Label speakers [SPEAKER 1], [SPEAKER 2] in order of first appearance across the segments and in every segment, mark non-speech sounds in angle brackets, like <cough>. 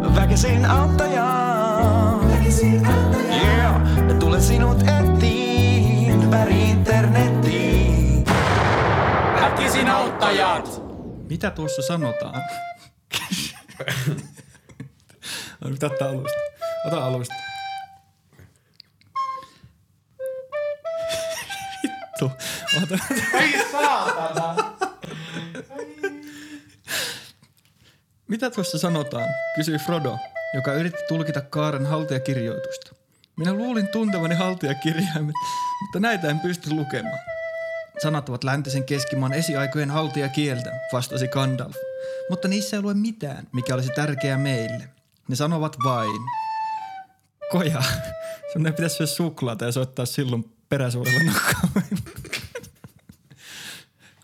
[SPEAKER 1] Väkisin auttajaan. Yeah. Ja tulen sinut etiin ympäri internettiin.
[SPEAKER 2] Väkisin auttajat!
[SPEAKER 3] Mitä tuossa sanotaan? <laughs> no, nyt ottaa alusta. Ota alusta. Vittu. Ota.
[SPEAKER 2] Ei saatana!
[SPEAKER 3] Mitä tuossa sanotaan? kysyi Frodo, joka yritti tulkita Kaaren haltijakirjoitusta. Minä luulin tuntevani haltijakirjaimet, mutta näitä en pysty lukemaan. Sanat ovat läntisen keskimaan esiaikojen haltijakieltä, vastasi Gandalf. Mutta niissä ei lue mitään, mikä olisi tärkeää meille. Ne sanovat vain. Koja. Sun ei pitäisi syödä suklaata ja soittaa silloin peräsuorella nokkaan.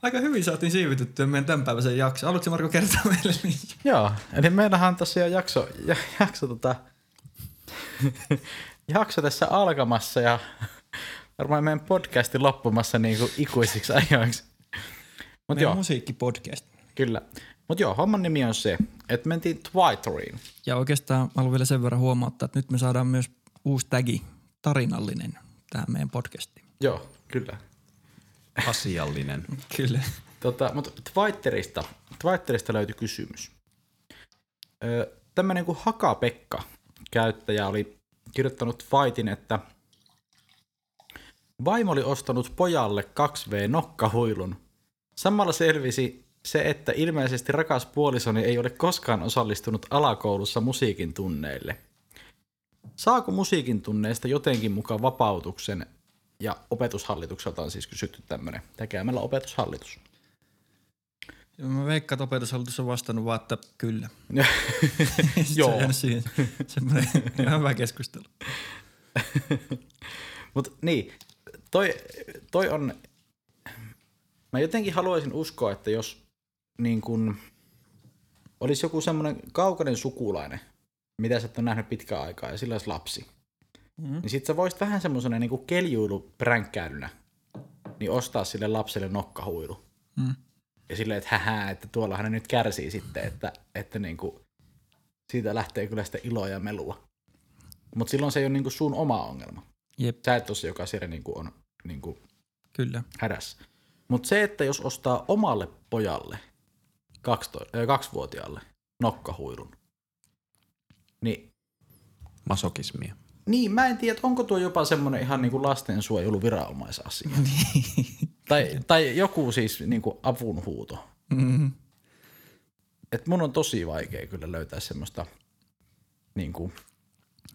[SPEAKER 3] Aika hyvin saatiin siivityttyä meidän tämän päiväisen jakso. Haluatko Marko kertoa meille niitä?
[SPEAKER 2] Joo, eli meillähän on tosiaan jakso, ja, jakso, tota, <laughs> jakso tässä alkamassa ja varmaan meidän podcasti loppumassa niin kuin ikuisiksi ajoiksi. Mut
[SPEAKER 3] Meidän
[SPEAKER 2] joo,
[SPEAKER 3] musiikkipodcast.
[SPEAKER 2] kyllä. Mut joo, homman nimi on se, että mentiin Twitteriin.
[SPEAKER 3] Ja oikeastaan mä haluan vielä sen verran huomauttaa, että nyt me saadaan myös uusi tagi, tarinallinen, tähän meidän podcastiin.
[SPEAKER 2] Joo, kyllä.
[SPEAKER 4] Asiallinen.
[SPEAKER 3] Kyllä.
[SPEAKER 2] Tota, mutta Twitterista, Twitterista löytyi kysymys. Öö, Tämmöinen kuin Hakapekka käyttäjä oli kirjoittanut Fightin, että vaimo oli ostanut pojalle 2V-nokkahuilun. Samalla selvisi se, että ilmeisesti rakas puolisoni ei ole koskaan osallistunut alakoulussa musiikin tunneille. Saako musiikin tunneista jotenkin mukaan vapautuksen? Ja opetushallitukselta on siis kysytty tämmöinen. Tekäämällä opetushallitus.
[SPEAKER 3] Ja Mä veikkaan, että opetushallitus on vastannut vaan, että kyllä. <laughs> Sitten Se
[SPEAKER 2] <laughs> Joo.
[SPEAKER 3] on jäänyt siihen. Semmoinen ihan hyvä keskustelu.
[SPEAKER 2] Mutta niin, toi, toi on... Mä jotenkin haluaisin uskoa, että jos niin kun, olisi joku semmoinen kaukainen sukulainen, mitä sä et ole nähnyt pitkään aikaa, ja sillä olisi lapsi, mm.
[SPEAKER 3] Mm-hmm.
[SPEAKER 2] niin sit sä voisit vähän semmoisena niin keljuilupränkkäilynä niin ostaa sille lapselle nokkahuilu.
[SPEAKER 3] Mm.
[SPEAKER 2] Ja silleen, että hähää, että tuolla hän nyt kärsii sitten, että, että niin kuin, siitä lähtee kyllä sitä iloa ja melua. Mutta silloin se ei ole niin kuin sun oma ongelma
[SPEAKER 3] Jep,
[SPEAKER 2] sä et ole se, joka siellä niinku on niinku
[SPEAKER 3] kyllä.
[SPEAKER 2] hädässä. Mutta se, että jos ostaa omalle pojalle, 12, äh, kaksivuotiaalle, nokkahuirun, niin,
[SPEAKER 4] Masokismia.
[SPEAKER 2] niin mä en tiedä, että onko tuo jopa semmoinen ihan niinku lastensuojeluviranomaisasia. tai, tai joku siis niinku avunhuuto.
[SPEAKER 3] Mm.
[SPEAKER 2] Et mun on tosi vaikea kyllä löytää semmoista niinku,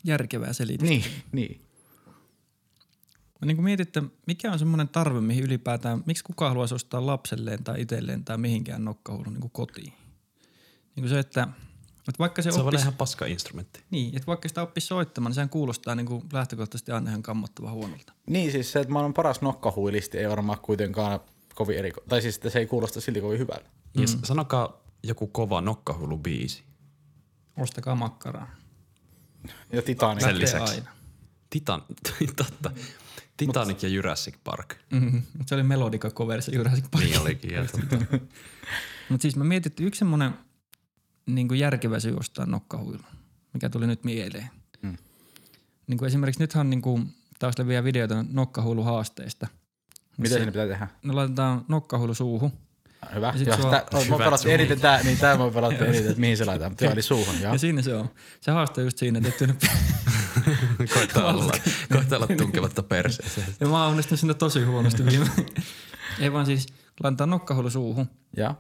[SPEAKER 3] Järkevää selitystä.
[SPEAKER 2] niin, niin.
[SPEAKER 3] Mä niin kuin mietitte, mikä on semmoinen tarve, mihin ylipäätään, miksi kukaan haluaisi ostaa lapselleen tai itselleen tai mihinkään nokkahuulun niin kuin kotiin? Niin kuin se, että, että vaikka se,
[SPEAKER 4] Se on
[SPEAKER 3] oppisi,
[SPEAKER 4] vaan ihan paska instrumentti.
[SPEAKER 3] niin, että vaikka sitä oppisi soittamaan, niin sehän kuulostaa niin kuin lähtökohtaisesti aina ihan kammottava huonolta.
[SPEAKER 2] Niin siis se, että maailman paras nokkahuilisti ei varmaan kuitenkaan kovin eri... Tai siis että se ei kuulosta silti kovin hyvältä.
[SPEAKER 4] Ja s- sanokaa joku kova nokkahullu biisi.
[SPEAKER 3] Ostakaa makkaraa.
[SPEAKER 2] Ja Titanic.
[SPEAKER 4] Sen
[SPEAKER 3] Tee
[SPEAKER 4] lisäksi.
[SPEAKER 3] Aina.
[SPEAKER 4] Titan, <laughs> totta. Titanic ja Jurassic Park.
[SPEAKER 3] Mm-hmm. Se oli melodika cover se Jurassic Park.
[SPEAKER 4] Niin olikin. Ja totta.
[SPEAKER 3] Mutta siis mä mietin, että yksi semmoinen niin järkevä syy ostaa nokkahuilu, mikä tuli nyt mieleen. Mm. Niin kuin esimerkiksi nythän niin kuin, taas leviää videoita nokkahuiluhaasteista.
[SPEAKER 2] Mitä siinä pitää tehdä?
[SPEAKER 3] No laitetaan nokkahuilu suuhun.
[SPEAKER 2] Hyvä.
[SPEAKER 3] Ja sit
[SPEAKER 2] Joo,
[SPEAKER 3] sua-
[SPEAKER 2] sitä, oh, mä
[SPEAKER 4] Hyvä,
[SPEAKER 2] pelattu
[SPEAKER 4] suu.
[SPEAKER 2] eniten tää, niin tää mä pelattu eniten, että mihin se laitetaan. Mutta joo, eli suuhun, joo.
[SPEAKER 3] Ja siinä se on. Se haaste on just siinä, että et <laughs> tyynä-
[SPEAKER 4] Koittaa olla, koittaa olla tunkematta perseeseen.
[SPEAKER 3] ja mä oon onnistunut siinä tosi huonosti viime. Ei vaan siis laitetaan nokkahuilu suuhun
[SPEAKER 2] Ja.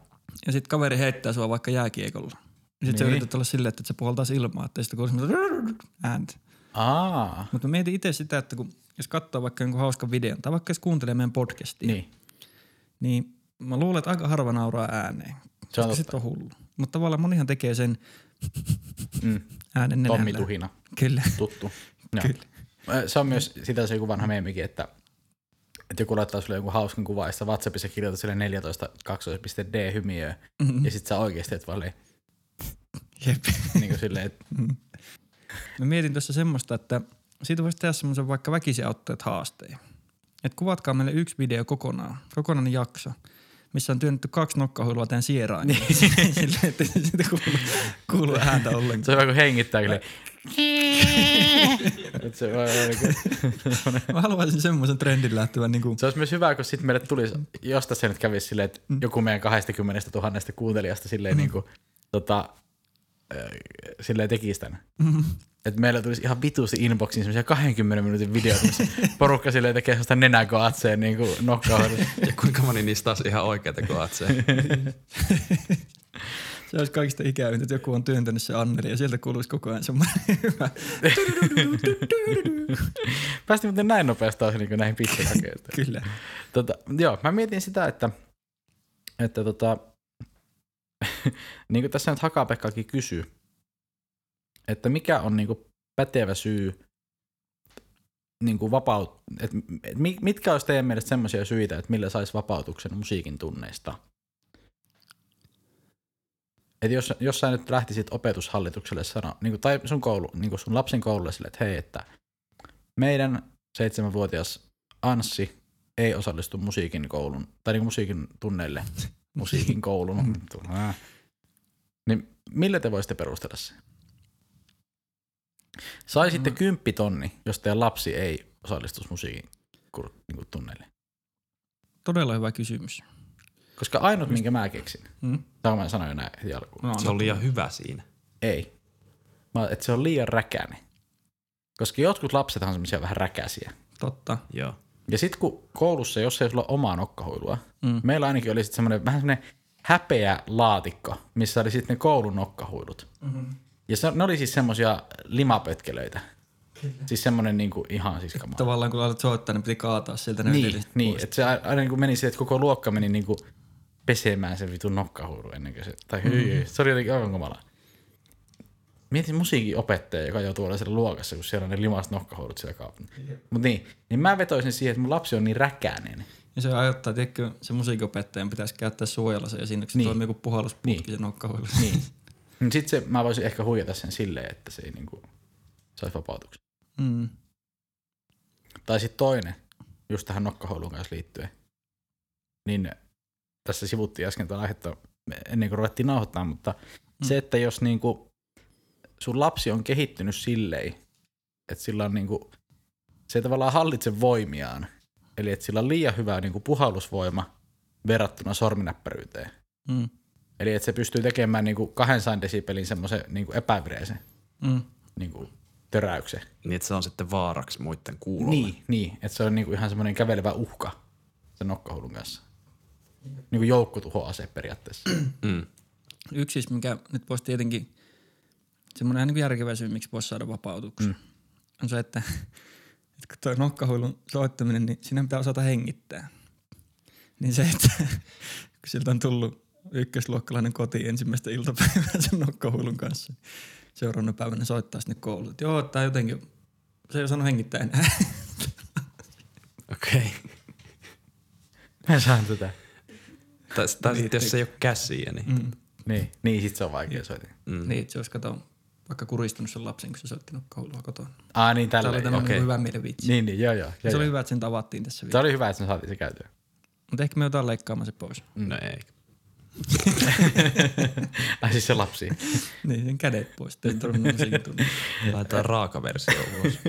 [SPEAKER 3] ja sitten kaveri heittää sua vaikka jääkiekolla. Ja sitten niin. sä yrität olla silleen, että se puhaltaisi ilmaa, että sitä kuulisi semmoista ääntä.
[SPEAKER 2] Aa.
[SPEAKER 3] Mutta mä mietin itse sitä, että kun, jos katsoo vaikka jonkun hauskan videon tai vaikka jos kuuntelee meidän podcastia, niin,
[SPEAKER 2] Niin.
[SPEAKER 3] niin mä luulen, että aika harva nauraa ääneen. Se on,
[SPEAKER 2] totta.
[SPEAKER 3] sit on hullu. Mutta tavallaan monihan tekee sen
[SPEAKER 2] Mm.
[SPEAKER 3] äänen nenällä.
[SPEAKER 2] Tommi Tuhina.
[SPEAKER 3] Kyllä. <laughs>
[SPEAKER 2] Tuttu. Joo. Ö, Se on myös sitä se joku vanha meemikin, että, että joku laittaa sulle jonkun hauskan kuva, ja sä WhatsAppissa kirjoitat sille 14.2.d hymiöön, mm-hmm. ja sit sä oikeesti et vaan
[SPEAKER 3] Jep.
[SPEAKER 2] niin kuin silleen, että
[SPEAKER 3] Mä mietin tuossa semmoista, että siitä voisi tehdä semmoisen vaikka väkisin auttajat haasteen. Et kuvatkaa meille yksi video kokonaan, kokonainen jakso. missä on työnnetty kaksi nokkahuilua tämän sieraan.
[SPEAKER 2] Niin.
[SPEAKER 3] <laughs> Silleen, että ei siitä kuulu, kuulu ääntä
[SPEAKER 2] Se
[SPEAKER 3] ollenkaan.
[SPEAKER 2] on vaan kun hengittää kyllä. <laughs> Et se, on aivan niinku-
[SPEAKER 3] Mä haluaisin semmoisen trendin lähtevän niin kuin,
[SPEAKER 2] se olisi myös hyvä, kun sitten meille tulisi, josta se nyt kävisi silleen, että joku meidän 20 000 kuuntelijasta silleen niin kuin, tota, ö, silleen tekisi tämän. Että meillä tulisi ihan vitusti inboxiin semmoisia 20 minuutin videoita, missä porukka silleen tekee sellaista nenäkoatseen niin kuin nokkahoidossa.
[SPEAKER 4] Ja kuinka moni niistä taas ihan oikeita koatsee.
[SPEAKER 3] se olisi kaikista ikävintä, että joku on työntänyt se Anneli ja sieltä kuuluisi koko ajan semmoinen <laughs> hyvä.
[SPEAKER 2] Päästiin muuten näin nopeasti taas niin kuin näihin pizzakakeilta.
[SPEAKER 3] Kyllä.
[SPEAKER 2] tota, joo, mä mietin sitä, että, että tota, <laughs> niin kuin tässä nyt Hakapekkakin kysyy, että mikä on niin kuin pätevä syy niin kuin vapaut, että mi- mitkä olisi teidän mielestä semmoisia syitä, että millä saisi vapautuksen musiikin tunneista? Että jos, jos sä nyt lähtisit opetushallitukselle sano, niin kuin, tai sun, koulu, niin kuin sun lapsen koululle sille, että hei, että meidän seitsemänvuotias Anssi ei osallistu musiikin koulun, tai niin musiikin tunneille, musiikin koulun. Äh. niin millä te voisitte perustella se? Saisitte kymppitonni, jos teidän lapsi ei osallistuisi musiikin kur- niinku tunneille.
[SPEAKER 3] Todella hyvä kysymys.
[SPEAKER 2] Koska ainut, minkä mä keksin,
[SPEAKER 3] Mm.
[SPEAKER 2] tämä mä sanoin jo näin heti alkuun,
[SPEAKER 3] No,
[SPEAKER 4] Se on liian hyvä siinä.
[SPEAKER 2] ei. Mä, että se on liian räkäinen. Koska jotkut lapsethan on semmoisia vähän räkäisiä.
[SPEAKER 3] totta.
[SPEAKER 4] Joo.
[SPEAKER 2] Ja sitten kun koulussa, jos ei sulla ole omaa nokkahuilua,
[SPEAKER 3] Mm.
[SPEAKER 2] mm. meillä ainakin oli sitten semmoinen vähän semmoinen häpeä laatikko, missä oli sitten ne koulun nokkahuilut. Mm-hmm. Ja se, ne oli siis semmoisia limapötkelöitä. Siis semmoinen niinku ihan siis kamaa.
[SPEAKER 3] Tavallaan kun alat soittaa, niin piti kaataa sieltä ne
[SPEAKER 2] Niin,
[SPEAKER 3] edelliset
[SPEAKER 2] niin
[SPEAKER 3] pois.
[SPEAKER 2] että se a- aina niin kuin meni siihen, että koko luokka meni niin kuin pesemään sen vitun nokkahuuru ennen kuin se, tai hyi, hyi, se oli jotenkin aivan kamalaa. Mietin musiikin opettaja, joka joutuu olemaan siellä luokassa, kun siellä on ne limaiset nokkahuurut siellä kaupungissa. Mutta niin, niin mä vetoisin siihen, että mun lapsi on niin räkäinen,
[SPEAKER 3] Ja se aiheuttaa, tiedätkö, se musiikinopettajan pitäisi käyttää suojalla se esiin, kun se
[SPEAKER 2] Niin.
[SPEAKER 3] toimii kuin puhallusputki
[SPEAKER 2] Niin.
[SPEAKER 3] niin. sen nokkahuilla.
[SPEAKER 2] Niin. Niin sit se, mä voisin ehkä huijata sen silleen, että se ei niinku saisi vapautuksen.
[SPEAKER 3] <laughs> Mm.
[SPEAKER 2] Tai sitten toinen, just tähän nokkahouluun kanssa liittyen. Niin tässä sivuttiin äsken tätä aihetta ennen kuin ruvettiin nauhoittaa, mutta mm. se, että jos niinku sun lapsi on kehittynyt silleen, että sillä on niinku, se ei tavallaan hallitse voimiaan. Eli että sillä on liian hyvä niinku puhallusvoima verrattuna sorminäppäryyteen.
[SPEAKER 3] Mm.
[SPEAKER 2] Eli että se pystyy tekemään niinku 200 desibelin semmoisen niinku epävireisen
[SPEAKER 3] Mm.
[SPEAKER 2] niinku töräyksen.
[SPEAKER 4] Niin, että se on sitten vaaraksi muiden kuulolle.
[SPEAKER 2] Niin, niin. että se on niinku ihan semmoinen kävelevä uhka sen nokkahullun kanssa. Niinku joukkotuhoase periaatteessa.
[SPEAKER 4] Mm.
[SPEAKER 3] Yksi siis, mikä nyt voisi tietenkin, semmoinen ihan niin järkevä syy, miksi voisi saada vapautuksen, mm. on se, että, <laughs> että kun tuo nokkahuilun soittaminen, niin siinä pitää osata hengittää. Niin se, että <laughs> kun siltä on tullut ykkösluokkalainen kotiin ensimmäistä iltapäivää sen nokkahuilun kanssa, seuraavana päivänä soittaa sinne kouluun. että Joo, tää jotenkin, se ei osannut hengittää enää. <laughs>
[SPEAKER 4] Okei. Okay.
[SPEAKER 2] <clears throat> Mä saan tätä.
[SPEAKER 4] Tai, tai sitten jos ei ole käsiä, niin... Mm.
[SPEAKER 2] Niin, niin sit se on vaikea soitin.
[SPEAKER 3] Mm. Niin, että se olisi kato, vaikka kuristanut sen lapsen, kun se soitti nokkahuilua kotona.
[SPEAKER 2] Ah niin,
[SPEAKER 3] Tämä oli
[SPEAKER 2] tällä.
[SPEAKER 3] tämmöinen
[SPEAKER 2] Okei.
[SPEAKER 3] okay. hyvä mielivitsi.
[SPEAKER 2] Niin, niin, joo, joo. joo,
[SPEAKER 3] Se oli
[SPEAKER 2] joo.
[SPEAKER 3] hyvä, että sen tavattiin tässä
[SPEAKER 2] Se
[SPEAKER 3] vielä.
[SPEAKER 2] oli hyvä, että me saatiin se käytyä.
[SPEAKER 3] Mutta ehkä me jotain leikkaamaan se pois.
[SPEAKER 4] No ei.
[SPEAKER 2] Ai siis se lapsi.
[SPEAKER 3] <laughs> Niin, sen kädet pois. Sitten ei tarvinnut musiikin tunnilla.
[SPEAKER 4] Laitetaan raaka versio ulos.
[SPEAKER 2] <laughs>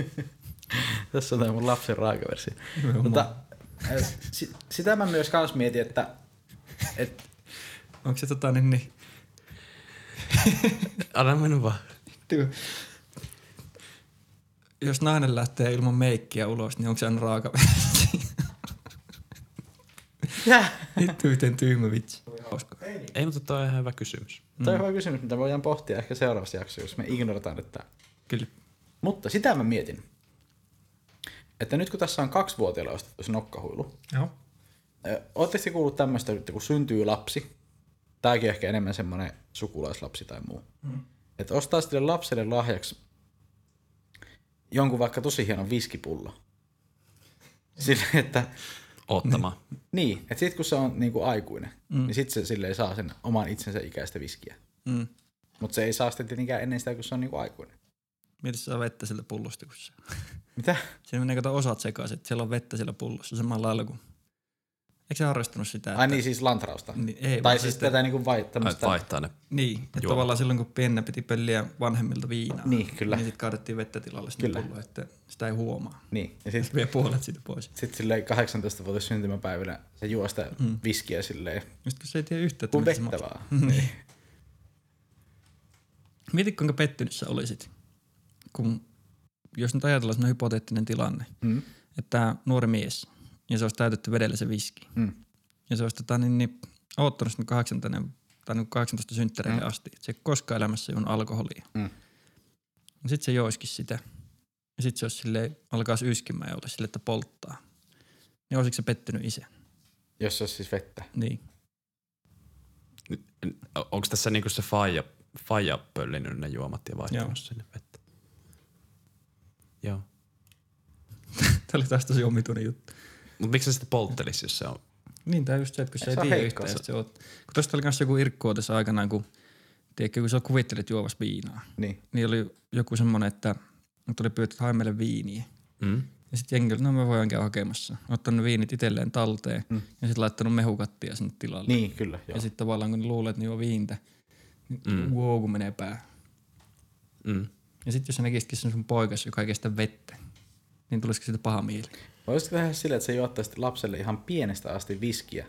[SPEAKER 2] Tässä on tämä mun lapsen raakaversi.
[SPEAKER 3] Tota,
[SPEAKER 2] Mutta, äh, si- sitä mä myös kans mietin, että, että
[SPEAKER 3] Onko se tota niin, niin
[SPEAKER 4] Anna mennä vaan.
[SPEAKER 3] työ. jos nainen lähtee ilman meikkiä ulos, niin onko se aina raaka <laughs>
[SPEAKER 2] <laughs>
[SPEAKER 3] Vittu, miten tyhmä vitsi. Hauska.
[SPEAKER 4] Ei, mutta toi on ihan hyvä kysymys.
[SPEAKER 2] Tämä on hyvä kysymys, mitä voidaan pohtia ehkä seuraavassa jaksossa, jos me ignorataan nyt tämä.
[SPEAKER 3] Kyllä.
[SPEAKER 2] Mutta sitä mä mietin, että nyt kun tässä on kaksi vuotiailla ostettu se nokkahuilu,
[SPEAKER 3] Joo.
[SPEAKER 2] Oletteko te kuullut tämmöistä, että kun syntyy lapsi, tämäkin on ehkä enemmän semmoinen sukulaislapsi tai muu, mm. että ostaa sille lapselle lahjaksi jonkun vaikka tosi hienon viskipullo. Sille, että
[SPEAKER 4] Oottamaan.
[SPEAKER 2] niin, että sit kun se on niinku aikuinen, mm. niin sit se silleen saa sen oman itsensä ikäistä viskiä.
[SPEAKER 3] Mm.
[SPEAKER 2] Mutta se ei saa sitä tietenkään ennen sitä, kun se on niinku aikuinen.
[SPEAKER 3] Mietit sä saa vettä sillä pullosta, kun se...
[SPEAKER 2] Mitä?
[SPEAKER 3] Siinä menee kato osat sekaisin, että siellä on vettä siellä pullossa samalla lailla kuin Eikö se harrastanut sitä?
[SPEAKER 2] Ai niin, siis lantrausta.
[SPEAKER 3] Niin, ei,
[SPEAKER 2] tai
[SPEAKER 3] vaan
[SPEAKER 2] siis
[SPEAKER 3] sitten-
[SPEAKER 2] tätä niinku vai, tämmöstä,
[SPEAKER 4] Ai, vaihtaa ne.
[SPEAKER 3] Niin, että
[SPEAKER 4] Juomat.
[SPEAKER 3] tavallaan silloin kun Penne piti pölliä vanhemmilta viinaa,
[SPEAKER 2] Niin, kyllä.
[SPEAKER 3] niin sitten kaadettiin vettä tilalle sinne
[SPEAKER 2] Kyllä.
[SPEAKER 3] pulloon, että sitä ei huomaa.
[SPEAKER 2] Niin, ja sit,
[SPEAKER 3] Vie puolet siitä pois.
[SPEAKER 2] sit silleen 18-vuotias syntymäpäivänä se juo sitä mm. viskiä silleen,
[SPEAKER 3] Just kun se ei tiedä yhtään, että
[SPEAKER 2] kun
[SPEAKER 3] mitä se
[SPEAKER 2] vettä
[SPEAKER 3] maksaa.
[SPEAKER 2] vaan.
[SPEAKER 3] Mieti, kuinka pettynyt sä olisit, kun jos nyt ajatellaan sellainen hypoteettinen tilanne, mm. että tää nuori mies, ja se olisi täytetty vedellä se viski, mm. ja se olisi tota, niin, niin, oottanut sinne 18, tai niin 18 synttäreille mm. asti, että se ei koskaan elämässä juon alkoholia.
[SPEAKER 2] Mm.
[SPEAKER 3] Sitten se joiskin sitä. Ja sitten se olisi silleen, alkaisi yskimään ja olisi sille, että polttaa. Niin olisiko se pettynyt isä?
[SPEAKER 2] Jos se olisi siis vettä.
[SPEAKER 3] Niin.
[SPEAKER 4] Onko tässä niinku se faija, faija pöllinyt ne juomat ja
[SPEAKER 3] Joo.
[SPEAKER 4] vaihtanut sinne vettä? Joo.
[SPEAKER 3] Tämä oli taas tosi omituinen juttu.
[SPEAKER 4] Mutta miksi se sitten polttelisi, jos se on...
[SPEAKER 3] Niin, tämä just se, että kun se ei
[SPEAKER 2] se on
[SPEAKER 3] tiedä
[SPEAKER 2] heikko,
[SPEAKER 3] yhtään,
[SPEAKER 2] se-
[SPEAKER 3] että se oot. Kun tosta oli kanssa joku irkkua tässä aikanaan, kun, tiedätkö, kun sä kuvittelit juovas viinaa.
[SPEAKER 2] Niin.
[SPEAKER 3] Niin oli joku semmonen, että nyt oli pyydetty hae meille viiniä.
[SPEAKER 4] Mm?
[SPEAKER 3] Ja sitten jengi oli, no me voidaan käydä hakemassa. Ottanut viinit itselleen talteen mm. ja sitten laittanut mehukattia sinne tilalle.
[SPEAKER 2] Niin, kyllä. Joo.
[SPEAKER 3] Ja sitten tavallaan kun ne luulee, että ne juo viintä, niin mm. wow, kun menee pää.
[SPEAKER 4] Mm.
[SPEAKER 3] Ja sitten jos sä näkisitkin sen sun poikas, joka ei kestä vettä, niin tulisiko siitä paha mieli?
[SPEAKER 2] Voisitko tehdä silleen, että se juottaisi lapselle ihan pienestä
[SPEAKER 3] <laughs>
[SPEAKER 2] asti viskiä,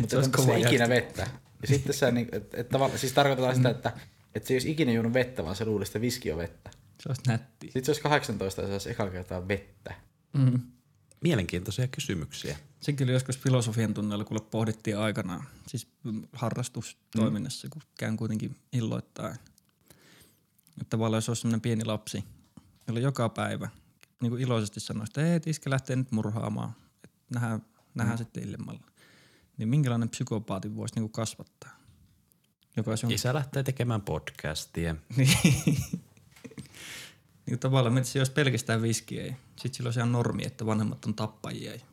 [SPEAKER 2] mutta
[SPEAKER 3] olisi
[SPEAKER 2] ei
[SPEAKER 3] kova
[SPEAKER 2] se ikinä vettä. Ja sitten sä, niin, et, et, tavalla, siis tarkoitetaan
[SPEAKER 3] Mm.
[SPEAKER 2] sitä, että et se ei olisi ikinä juonut vettä, vaan se luulisi, että viski on vettä.
[SPEAKER 3] Se olisi nätti.
[SPEAKER 2] Sitten se olisi 18 ja se olisi eka kertaa vettä.
[SPEAKER 3] Mm.
[SPEAKER 4] Mielenkiintoisia kysymyksiä.
[SPEAKER 3] Se kyllä joskus filosofian tunneilla kuule pohdittiin aikanaan, siis mm, harrastustoiminnassa, kun käyn kuitenkin illoittain. Että tavallaan jos olisi sellainen pieni lapsi, jolla joka päivä niin kuin iloisesti sanoisi, että hei, iskä lähtee nyt murhaamaan, että nähdään, nähdään sitten illemmalla. Niin minkälainen psykopaatin voisi niin kuin kasvattaa? Joka olisi jonkun
[SPEAKER 4] Isä lähtee tekemään podcastia.
[SPEAKER 3] Niin. <laughs> niin tavallaan mietin, se jos pelkästään viski ei. Sitten silloin se on normi, että vanhemmat on tappajia. ja-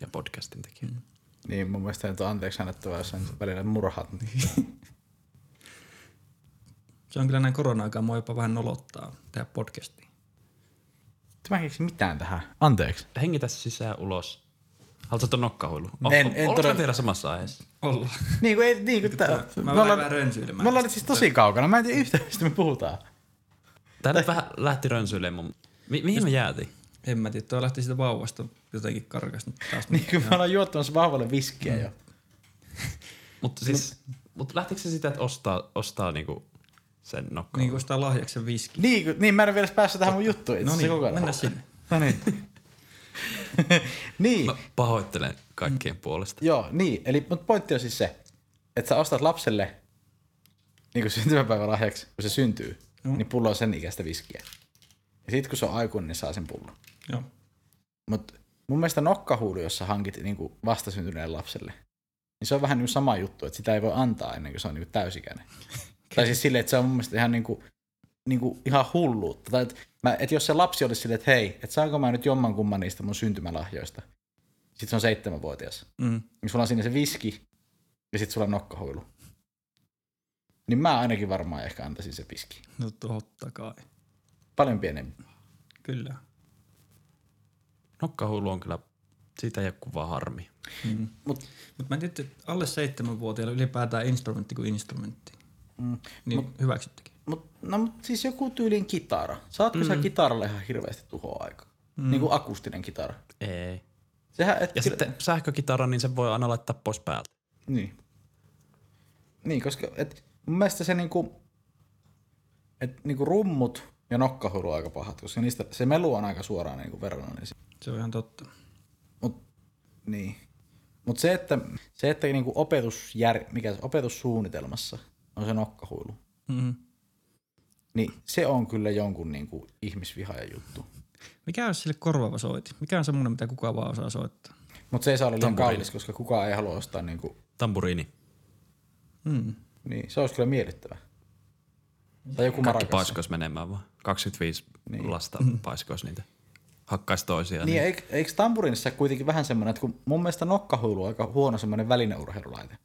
[SPEAKER 4] Ja podcastin tekijä. Mm.
[SPEAKER 2] Niin mun mielestä nyt on anteeksi annettavaa, jos on välillä murhat.
[SPEAKER 3] Se on kyllä näin korona-aikaan mua jopa vähän nolottaa tehdä podcastia.
[SPEAKER 2] Mä en keksi mitään tähän. Anteeksi.
[SPEAKER 4] Hengitä sisään ulos. Haluatko tuon nokkahuilu?
[SPEAKER 2] En-
[SPEAKER 4] Oletko-
[SPEAKER 2] en
[SPEAKER 4] oletko
[SPEAKER 2] todella-
[SPEAKER 4] vielä samassa aiheessa?
[SPEAKER 3] Ollaan.
[SPEAKER 2] Niin kuin ei, niin kuin tää,
[SPEAKER 3] Mä
[SPEAKER 2] me
[SPEAKER 3] vähän
[SPEAKER 2] ollaan,
[SPEAKER 3] vähän rönsyilemään.
[SPEAKER 2] me ollaan nyt siis tosi kaukana. Mä en tiedä yhtään, mistä me puhutaan.
[SPEAKER 4] Tää nyt vähän lähti rönsyilemään. mun- Mi- mihin me jäätiin?
[SPEAKER 3] En mä tiedä, toi lähti siitä vauvasta jotenkin karkas nyt taas.
[SPEAKER 2] Niin kuin me ollaan juottamassa vahvalle viskiä jo.
[SPEAKER 4] Mutta siis, mut lähtikö se sitä, että ostaa, ostaa niinku sen nokkaan?
[SPEAKER 3] niin kuin sitä lahjaksi se viski.
[SPEAKER 2] Niin, kuin, niin mä en ole vielä päässyt tähän mun juttuun. itse
[SPEAKER 3] No
[SPEAKER 2] asiassa
[SPEAKER 3] niin,
[SPEAKER 2] kokonaan.
[SPEAKER 3] mennä sinne.
[SPEAKER 2] No niin. <laughs> niin,
[SPEAKER 4] Mä pahoittelen kaikkien puolesta.
[SPEAKER 2] joo, niin. Eli mut pointti on siis se, että sä ostat lapselle niin kuin syntymäpäivälahjaksi, kun se syntyy, niin pullo on sen ikäistä viskiä. Ja sit kun se on aikuinen, niin saa sen pullon.
[SPEAKER 3] Joo.
[SPEAKER 2] Mut mun mielestä nokkahuulu, jos sä hankit niin kuin vastasyntyneelle lapselle, niin se on vähän niin kuin sama juttu, että sitä ei voi antaa ennen kuin se on niin kuin täysikäinen. tai siis silleen, että se on mun mielestä ihan niin kuin, niin kuin ihan hulluutta. Tai että, mä, että jos se lapsi olisi silleen, että hei, että saanko mä nyt jommankumman niistä mun syntymälahjoista. Sitten se on seitsemänvuotias.
[SPEAKER 3] Mm.
[SPEAKER 2] Niin sulla on siinä se viski ja sitten sulla on nokkahuilu. Niin mä ainakin varmaan ehkä antaisin se viski.
[SPEAKER 3] No totta kai.
[SPEAKER 2] Paljon pienempi.
[SPEAKER 3] Kyllä.
[SPEAKER 4] Nokkahuilu on kyllä, siitä ei ole kuvaa harmi.
[SPEAKER 2] Mut,
[SPEAKER 3] Mutta mä en tiedä, että alle seitsemänvuotiailla ylipäätään instrumentti kuin instrumentti. Mm. Niin hyväksyttekin.
[SPEAKER 2] mut, no mut siis joku tyylin kitara. Saatko mm. sä kitaralla ihan hirveästi tuhoa aikaa? Mm. Niin kuin akustinen kitara.
[SPEAKER 4] Ei.
[SPEAKER 2] Sehän, et,
[SPEAKER 4] Ja
[SPEAKER 2] kyllä-
[SPEAKER 4] sitten sähkökitara, niin sen voi aina laittaa pois päältä.
[SPEAKER 2] Niin. Niin, koska et, mun mielestä se niinku, et, niinku rummut ja nokkahuilu on aika pahat, koska niistä, se melu on aika suoraan niinku verrannollinen. si-
[SPEAKER 3] Se on ihan totta.
[SPEAKER 2] Mut, niin. Mut se, että, se, että niinku opetusjär, mikä se, opetussuunnitelmassa on se nokkahuilu, Mm-hmm.
[SPEAKER 3] Mm.
[SPEAKER 2] niin se on kyllä jonkun niinku ihmisvihaajan juttu.
[SPEAKER 3] Mikä on sille korvaava soiti? Mikä on semmoinen, mitä kukaan vaan osaa soittaa?
[SPEAKER 2] Mutta se ei saa olla liian
[SPEAKER 4] Tamburiini.
[SPEAKER 2] kallis, koska kukaan ei halua ostaa niinku,
[SPEAKER 4] Tamburiini.
[SPEAKER 3] Mm.
[SPEAKER 2] niin se olisi kyllä miellyttävä. Tai joku
[SPEAKER 4] Kaikki
[SPEAKER 2] marakas.
[SPEAKER 4] paiskois menemään vaan. 25 niin. lasta paiskois niitä. Hakkaisi toisiaan.
[SPEAKER 2] Niin, eikö, eikö tamburinissa kuitenkin vähän semmoinen, että kun mun mielestä nokkahuilu on aika huono semmoinen välineurheilulaite.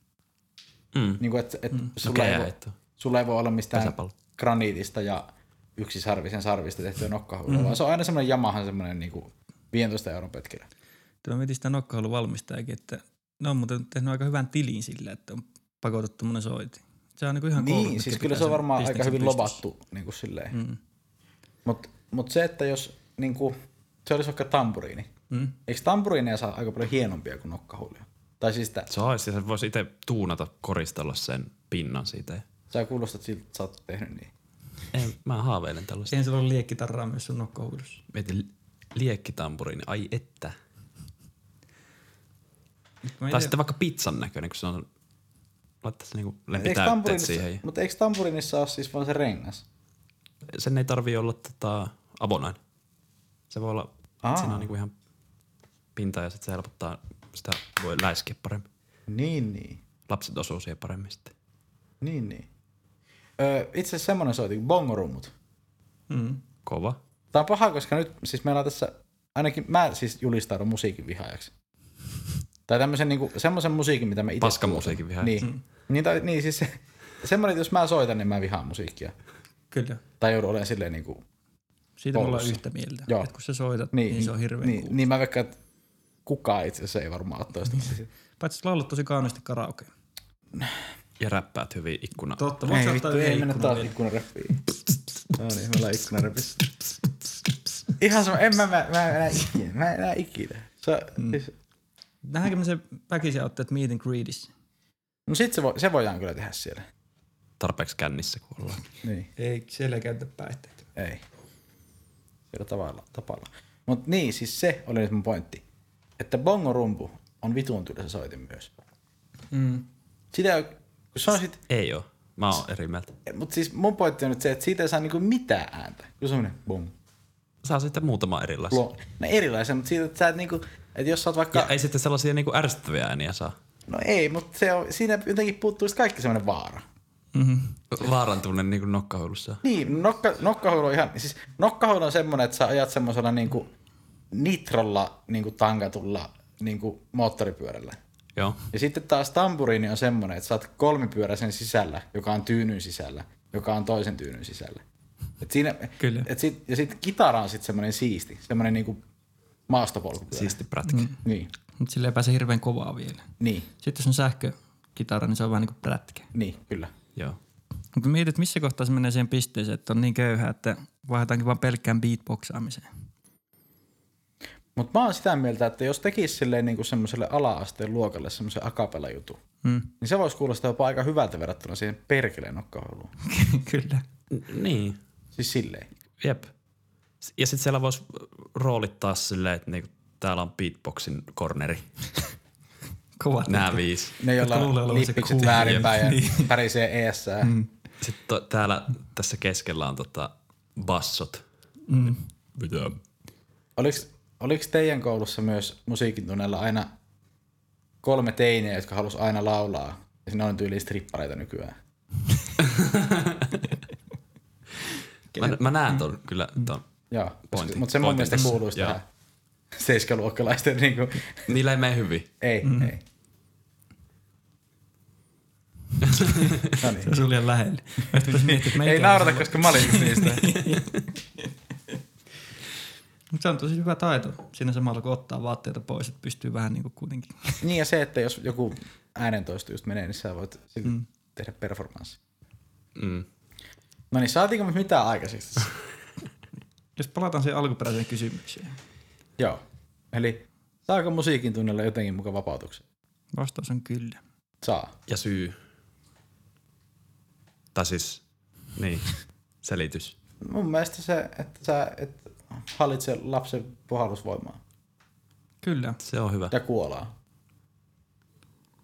[SPEAKER 4] Mm.
[SPEAKER 2] Niin kuin, että, että mm. sulla, ei voi,
[SPEAKER 4] keijaheitto.
[SPEAKER 2] sulla ei voi olla mitään
[SPEAKER 4] Pesäpallo.
[SPEAKER 2] graniitista ja yksisarvisen sarvista tehtyä nokkahuilua, mm. vaan se on aina semmoinen Yamahan semmoinen niin kuin 15 niinku euron pötkilä.
[SPEAKER 3] Sitten mä mietin sitä nokkahaaluvalmistajakin, että ne on muuten tehnyt aika hyvän tilin sillä, että on pakotettu mun soitin. Se on niin ihan koulut,
[SPEAKER 2] Niin,
[SPEAKER 3] mitkä
[SPEAKER 2] siis
[SPEAKER 3] pitää
[SPEAKER 2] kyllä se
[SPEAKER 3] sen
[SPEAKER 2] on varmaan aika
[SPEAKER 3] bisneksen
[SPEAKER 2] hyvin
[SPEAKER 3] pystyssä.
[SPEAKER 2] lobattu. Niin kuin silleen. Mm. Mutta mut se, että jos niin kuin, se olisi vaikka tamburiini. Mm. Eikö tamburiineja saa aika paljon hienompia kuin nokkahuulia? Tai siis sitä,
[SPEAKER 4] Saisi, ja sä voisi itse tuunata, koristella sen pinnan siitä.
[SPEAKER 2] sä kuulostat siltä, että sä oot tehnyt niin.
[SPEAKER 4] En, mä haaveilen tällaista.
[SPEAKER 3] Eihän se ole liekkitarraa myös sun nokkahuudossa.
[SPEAKER 4] Mietin liekkitampuriin, ai että.
[SPEAKER 3] Mä
[SPEAKER 4] Tai
[SPEAKER 3] ite-
[SPEAKER 4] sitten vaikka pizzan näköinen, kun se on... Laittaa se niinku
[SPEAKER 2] Eikö
[SPEAKER 4] lempitäytteet siihen.
[SPEAKER 2] tamburiinissa,
[SPEAKER 4] ja-
[SPEAKER 2] mutta eikö tamburiinissa ole siis vaan se rengas?
[SPEAKER 4] Sen ei tarvi olla tota, avonainen. Se voi olla,
[SPEAKER 2] Aa.
[SPEAKER 4] että siinä on niinku ihan pinta ja sitten se helpottaa, sitä voi läiskiä paremmin.
[SPEAKER 2] Niin, niin.
[SPEAKER 4] Lapset osuu siihen paremmin sitten.
[SPEAKER 2] Niin, niin. Öö, itse asiassa semmonen soitin, kuin bongorummut.
[SPEAKER 3] Mm,
[SPEAKER 4] Kova.
[SPEAKER 2] Tää on paha, koska nyt siis meillä on tässä, ainakin mä siis julistaudun musiikin vihaajaksi. Tai tämmösen niinku, semmosen musiikin, mitä mä itse...
[SPEAKER 4] Paskan musiikin vihaajaksi.
[SPEAKER 2] Niin, mm. niin, tai, niin siis se- semmonen, että jos mä soitan, niin mä vihaan musiikkia.
[SPEAKER 3] Kyllä.
[SPEAKER 2] Tai joudun olemaan silleen niinku...
[SPEAKER 3] Siitä me ollaan
[SPEAKER 2] Koulussa.
[SPEAKER 3] yhtä mieltä.
[SPEAKER 2] Joo.
[SPEAKER 3] Joo. kun sä soitat, niin,
[SPEAKER 2] Niin,
[SPEAKER 3] niin se on hirveän niin,
[SPEAKER 2] niin,
[SPEAKER 3] cool.
[SPEAKER 2] niin mä veikkaan, että kukaan itse asiassa ei varmaan ole toista.
[SPEAKER 3] Paitsi sä laulat tosi kauniisti karaokea.
[SPEAKER 4] Ja räppäät hyvin ikkuna.
[SPEAKER 3] Totta,
[SPEAKER 2] ei
[SPEAKER 3] sä
[SPEAKER 2] vittu,
[SPEAKER 3] ottaa
[SPEAKER 2] ei
[SPEAKER 3] yhden
[SPEAKER 2] mennä
[SPEAKER 3] ikkunan
[SPEAKER 2] taas
[SPEAKER 3] vielä?
[SPEAKER 2] ikkunarepiin. No niin, me ollaan ikkunarepissä. Ihan sama, en mä, mä, mä en enää ikinä, mä en enää ikinä. Se, mm. siis,
[SPEAKER 3] Nähdäänkö me se väkisin otteet meet and greetissä?
[SPEAKER 2] no sit se, vo, se voidaan kyllä tehdä siellä.
[SPEAKER 4] Tarpeeksi kännissä kun ollaan.
[SPEAKER 2] Niin,
[SPEAKER 3] Ei, siellä ei käytä päihteitä.
[SPEAKER 2] ei. Sillä tavalla, tapalla. Mut niin, siis se oli nyt mun pointti. Että bongorumpu on vitun tylsä soitin myös.
[SPEAKER 3] Mm.
[SPEAKER 2] Sitä, ei- kun se on sit,
[SPEAKER 4] Ei oo. Mä oon eri mieltä.
[SPEAKER 2] mut siis mun pointti on nyt se, että siitä ei saa niinku mitään ääntä. Kun se on semmonen bong,
[SPEAKER 4] Saa sitten muutama erilaisia.
[SPEAKER 2] blo. No erilaisia, mut siitä, että sä et niinku, että jos sä oot vaikka...
[SPEAKER 4] Ja ei sitten sellaisia niinku ärsyttäviä ääniä saa.
[SPEAKER 2] No ei, mutta se on, siinä jotenkin puuttuu sit kaikki semmoinen vaara.
[SPEAKER 4] Vaarantuminen niinku nokkahuilussa.
[SPEAKER 2] Niin, nokka, nokkahuilu on ihan, siis nokkahuilu on semmoinen, että sä ajat semmoisella niinku nitrolla niinku tankatulla niinku moottoripyörällä.
[SPEAKER 4] Joo.
[SPEAKER 2] Ja sitten taas tamburiini on semmoinen, että sä oot kolmipyöräisen sisällä, joka on tyynyn sisällä, joka on toisen tyynyn sisällä. Et siinä,
[SPEAKER 3] Kyllä.
[SPEAKER 2] Et sit, ja sitten kitara on sitten semmoinen siisti, semmoinen niinku maastopolkupyörä. Siis.
[SPEAKER 4] Siisti prätkä. Mm.
[SPEAKER 2] Niin,
[SPEAKER 3] Mutta sillä ei pääse hirveän kovaa vielä.
[SPEAKER 2] niin,
[SPEAKER 3] Sitten jos on sähkökitara, niin se on vähän niin kuin prätkä.
[SPEAKER 2] niin, kyllä.
[SPEAKER 4] Joo.
[SPEAKER 3] Mutta mietit, missä kohtaa se menee siihen pisteeseen, että on niin köyhää, että vaihdetaankin vaan pelkkään beatboxaamiseen. <laughs>
[SPEAKER 2] Mutta mä oon sitä mieltä, että jos tekisi silleen niinku semmoiselle ala-asteen luokalle semmoisen akapella jutun,
[SPEAKER 3] Mm.
[SPEAKER 2] niin se voisi kuulostaa jopa aika hyvältä verrattuna siihen perkeleen nokkahuiluun.
[SPEAKER 3] Kyllä.
[SPEAKER 4] N- niin.
[SPEAKER 2] Siis silleen.
[SPEAKER 4] Jep. S- Ja sitten siellä voisi roolittaa silleen, että niinku, täällä on beatboxin corneri. <laughs>
[SPEAKER 3] Kovat.
[SPEAKER 4] Nää viisi.
[SPEAKER 2] Ne, joilla
[SPEAKER 3] Jotka luulee
[SPEAKER 2] on
[SPEAKER 3] olevansa Niin.
[SPEAKER 2] lippikset
[SPEAKER 3] cool.
[SPEAKER 2] väärinpäin ja
[SPEAKER 3] <laughs>
[SPEAKER 2] pärisee eessä. Mm.
[SPEAKER 4] Sitten to, täällä tässä keskellä on tota, bassot. Mm. Mitä?
[SPEAKER 2] Oliks, oliks teidän koulussa myös musiikin tunneilla aina kolme teineä, jotka halus aina laulaa? Ja siinä on tyyliin strippareita nykyään.
[SPEAKER 4] Mä, mä näen ton kyllä ton.
[SPEAKER 2] Joo,
[SPEAKER 4] Pointti-
[SPEAKER 2] mutta se mun
[SPEAKER 4] pointin
[SPEAKER 2] mielestä
[SPEAKER 4] tässä.
[SPEAKER 2] kuuluisi
[SPEAKER 4] Joo.
[SPEAKER 2] tähän seiskaluokkalaisten niinku,
[SPEAKER 4] Niillä ei mene hyvin.
[SPEAKER 2] ei, mm.
[SPEAKER 4] <laughs>
[SPEAKER 2] ei. no niin.
[SPEAKER 3] Se on liian lähellä. Mä sit pääsin miettimään, että
[SPEAKER 2] Ei
[SPEAKER 3] meikäläisellä-
[SPEAKER 2] naurata, koska mä Niin. olin yksi <laughs> niistä.
[SPEAKER 3] Mut se on tosi hyvä taito siinä samalla, kun ottaa vaatteita pois, että pystyy vähän niin kuin kuitenkin.
[SPEAKER 2] Niin ja se, että jos joku äänentoisto just menee, niin sä voit sillä mm. tehdä performanssi.
[SPEAKER 4] Mm.
[SPEAKER 2] No niin, saatiinko me mitään aikaiseksi?
[SPEAKER 3] Jos palataan siihen alkuperäiseen kysymykseen.
[SPEAKER 2] Joo. Eli saako musiikin tunnella jotenkin mukaan vapautuksen?
[SPEAKER 3] Vastaus on kyllä.
[SPEAKER 2] Saa.
[SPEAKER 4] Ja syy. Tai siis, niin, selitys.
[SPEAKER 2] Mun mielestä se, että sä et hallitse lapsen puhallusvoimaa
[SPEAKER 3] Kyllä.
[SPEAKER 4] Se on hyvä.
[SPEAKER 2] ja kuolaa.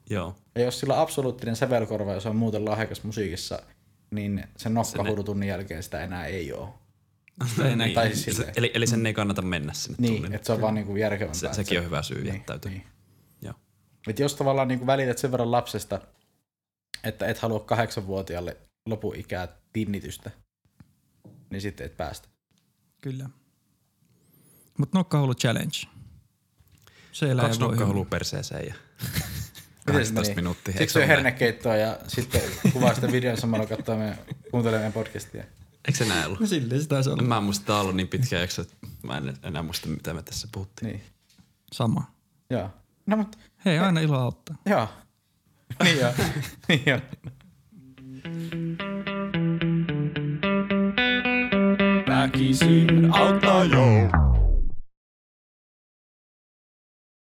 [SPEAKER 4] Joo.
[SPEAKER 2] Ja jos sillä on absoluuttinen sävelkorva, jos on muuten lahjakas musiikissa, niin sen nokkahurutunnin jälkeen sitä enää ei ole.
[SPEAKER 3] Ei näin.
[SPEAKER 2] Tai siis
[SPEAKER 4] Niin. Se,
[SPEAKER 2] silleen.
[SPEAKER 4] eli, eli sen ei kannata mennä sinne
[SPEAKER 2] Niin,
[SPEAKER 4] tunnille.
[SPEAKER 2] että se on vaan niinku järkevämpää.
[SPEAKER 4] se,
[SPEAKER 2] että
[SPEAKER 4] sekin on hyvä syy niin, jättäytyä.
[SPEAKER 2] Niin.
[SPEAKER 4] Joo.
[SPEAKER 2] Et jos tavallaan niin välität sen verran lapsesta, että et halua kahdeksanvuotiaalle lopuikää tinnitystä, niin sitten et päästä.
[SPEAKER 3] Kyllä. Mutta nokkahuulu challenge. Se elää
[SPEAKER 4] Kaksi
[SPEAKER 3] ja voi hyvin.
[SPEAKER 4] nokkaholua perseeseen ja
[SPEAKER 2] Miten se
[SPEAKER 4] 18
[SPEAKER 2] meni?
[SPEAKER 4] minuuttia. Eikö
[SPEAKER 2] Sitten
[SPEAKER 4] se,
[SPEAKER 2] syö
[SPEAKER 4] ole näin?
[SPEAKER 2] hernekeittoa ja sitten kuvaa sitä videon samalla katsoa meidän, kuuntelee meidän podcastia.
[SPEAKER 4] Eikö se näin ollut?
[SPEAKER 3] No silleen se taisi olla.
[SPEAKER 4] Mä en muista, tää on ollut niin pitkä jakso, että mä en enää muista, mitä me tässä puhuttiin.
[SPEAKER 2] Niin.
[SPEAKER 3] Sama.
[SPEAKER 2] Joo. No, mutta,
[SPEAKER 3] Hei, aina ilo auttaa.
[SPEAKER 2] joo. Niin joo. niin joo.
[SPEAKER 1] Väkisin auttaa joo.